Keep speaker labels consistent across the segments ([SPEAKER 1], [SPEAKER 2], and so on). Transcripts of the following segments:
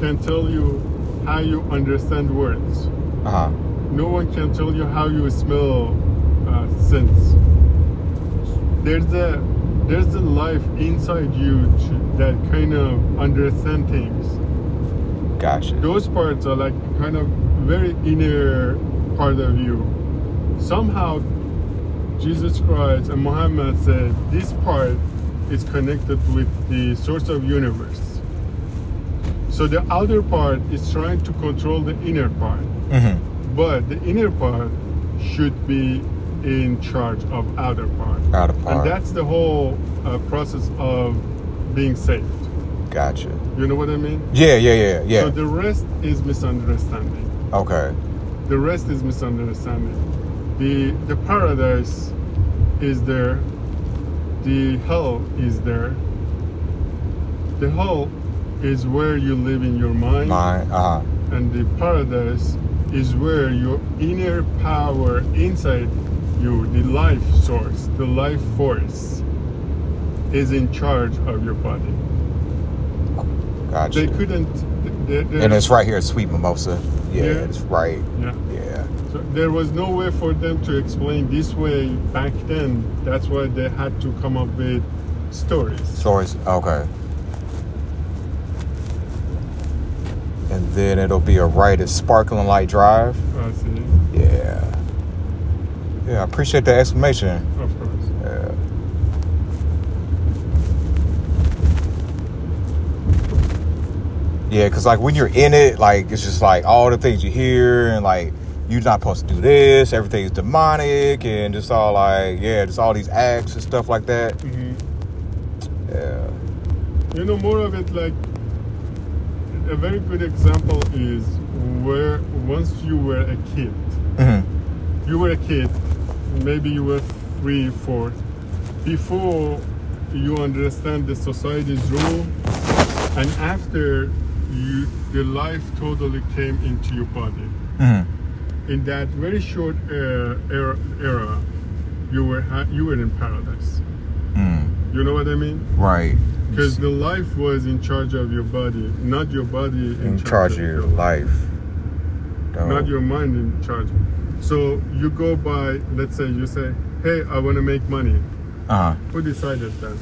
[SPEAKER 1] can tell you how you understand words.
[SPEAKER 2] Uh huh.
[SPEAKER 1] No one can tell you how you smell uh, scents. There's a there's a life inside you to, that kind of understand things.
[SPEAKER 2] Gotcha.
[SPEAKER 1] Those parts are like kind of very inner part of you. Somehow, Jesus Christ and Muhammad said this part is connected with the source of universe. So the outer part is trying to control the inner part,
[SPEAKER 2] Mm-hmm.
[SPEAKER 1] but the inner part should be in charge of outer part.
[SPEAKER 2] Out of
[SPEAKER 1] And
[SPEAKER 2] part.
[SPEAKER 1] that's the whole uh, process of being saved.
[SPEAKER 2] gotcha.
[SPEAKER 1] You know what I mean?
[SPEAKER 2] Yeah, yeah, yeah, yeah.
[SPEAKER 1] So the rest is misunderstanding.
[SPEAKER 2] okay.
[SPEAKER 1] The rest is misunderstanding. The the paradise is there. The hell is there. The hell is where you live in your mind,
[SPEAKER 2] Mine. Uh huh.
[SPEAKER 1] and the paradise is where your inner power inside you, the life source, the life force, is in charge of your body. They
[SPEAKER 2] Gotcha.
[SPEAKER 1] couldn't. They, they-
[SPEAKER 2] And it's right here at Sweet Mimosa. Yeah,
[SPEAKER 1] Yeah.
[SPEAKER 2] it's right.
[SPEAKER 1] yeah.
[SPEAKER 2] Yeah.
[SPEAKER 1] So there was no way for them to explain this way back then. That's why they had to come up with stories.
[SPEAKER 2] So it's okay. And then it'll be a right at Sparkling Light Drive.
[SPEAKER 1] I see,
[SPEAKER 2] Yeah. Yeah, I appreciate that explanation.
[SPEAKER 1] of course.
[SPEAKER 2] Yeah. Yeah, because like when you're in it, like it's just like all the things you hear and like you're not supposed to do this, everything's demonic and just all like, yeah, just all these acts and stuff like that.
[SPEAKER 1] hmm
[SPEAKER 2] Yeah.
[SPEAKER 1] You know, more of it like a very good example is where once you were a kid,
[SPEAKER 2] Mm-hmm.
[SPEAKER 1] you were a kid, maybe you were three, four, before you understand the society's rule, and after you, the life totally came into your body.
[SPEAKER 2] Mm-hmm.
[SPEAKER 1] in that very short uh, era, era you were ha- you were in paradise.
[SPEAKER 2] Mm.
[SPEAKER 1] You know what I mean?
[SPEAKER 2] Right.
[SPEAKER 1] Because the life was in charge of your body, not your body in,
[SPEAKER 2] in charge of your life. Dope.
[SPEAKER 1] not your mind in charge. So you go by, let's say you say, "Hey, I want to make money."
[SPEAKER 2] uh-huh.
[SPEAKER 1] Who decided that?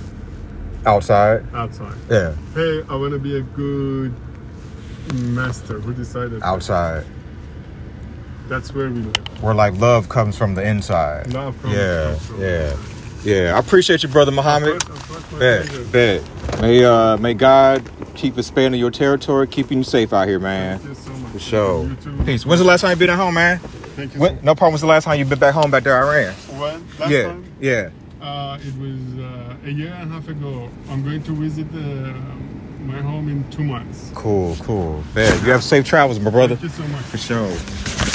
[SPEAKER 2] outside.
[SPEAKER 1] Outside.
[SPEAKER 2] Yeah,
[SPEAKER 1] Hey, I want to be a good master. Who decided? that?
[SPEAKER 2] outside.
[SPEAKER 1] That's where we live.
[SPEAKER 2] Where like love comes from the inside.
[SPEAKER 1] Love comes
[SPEAKER 2] Yeah,
[SPEAKER 1] from-
[SPEAKER 2] yeah, yeah. I appreciate you, brother Muhammad.
[SPEAKER 1] Of course, of course, my
[SPEAKER 2] Bet,
[SPEAKER 1] pleasure.
[SPEAKER 2] bet. May uh, may God keep expanding your territory, keeping you safe out here, man.
[SPEAKER 1] Thank you so much.
[SPEAKER 2] For sure.
[SPEAKER 1] You too.
[SPEAKER 2] Peace. When's the last time you been at home, man?
[SPEAKER 1] Thank you. so
[SPEAKER 2] When, no problem. When's the last time you been back home, back there, Iran?
[SPEAKER 1] Well, last
[SPEAKER 2] yeah,
[SPEAKER 1] time
[SPEAKER 2] yeah.
[SPEAKER 1] uh, it was uh, a year and a half ago. I'm going to visit uh, my home in two months.
[SPEAKER 2] Cool, cool. Bet. You have safe travels, my brother.
[SPEAKER 1] Thank you so much.
[SPEAKER 2] For sure.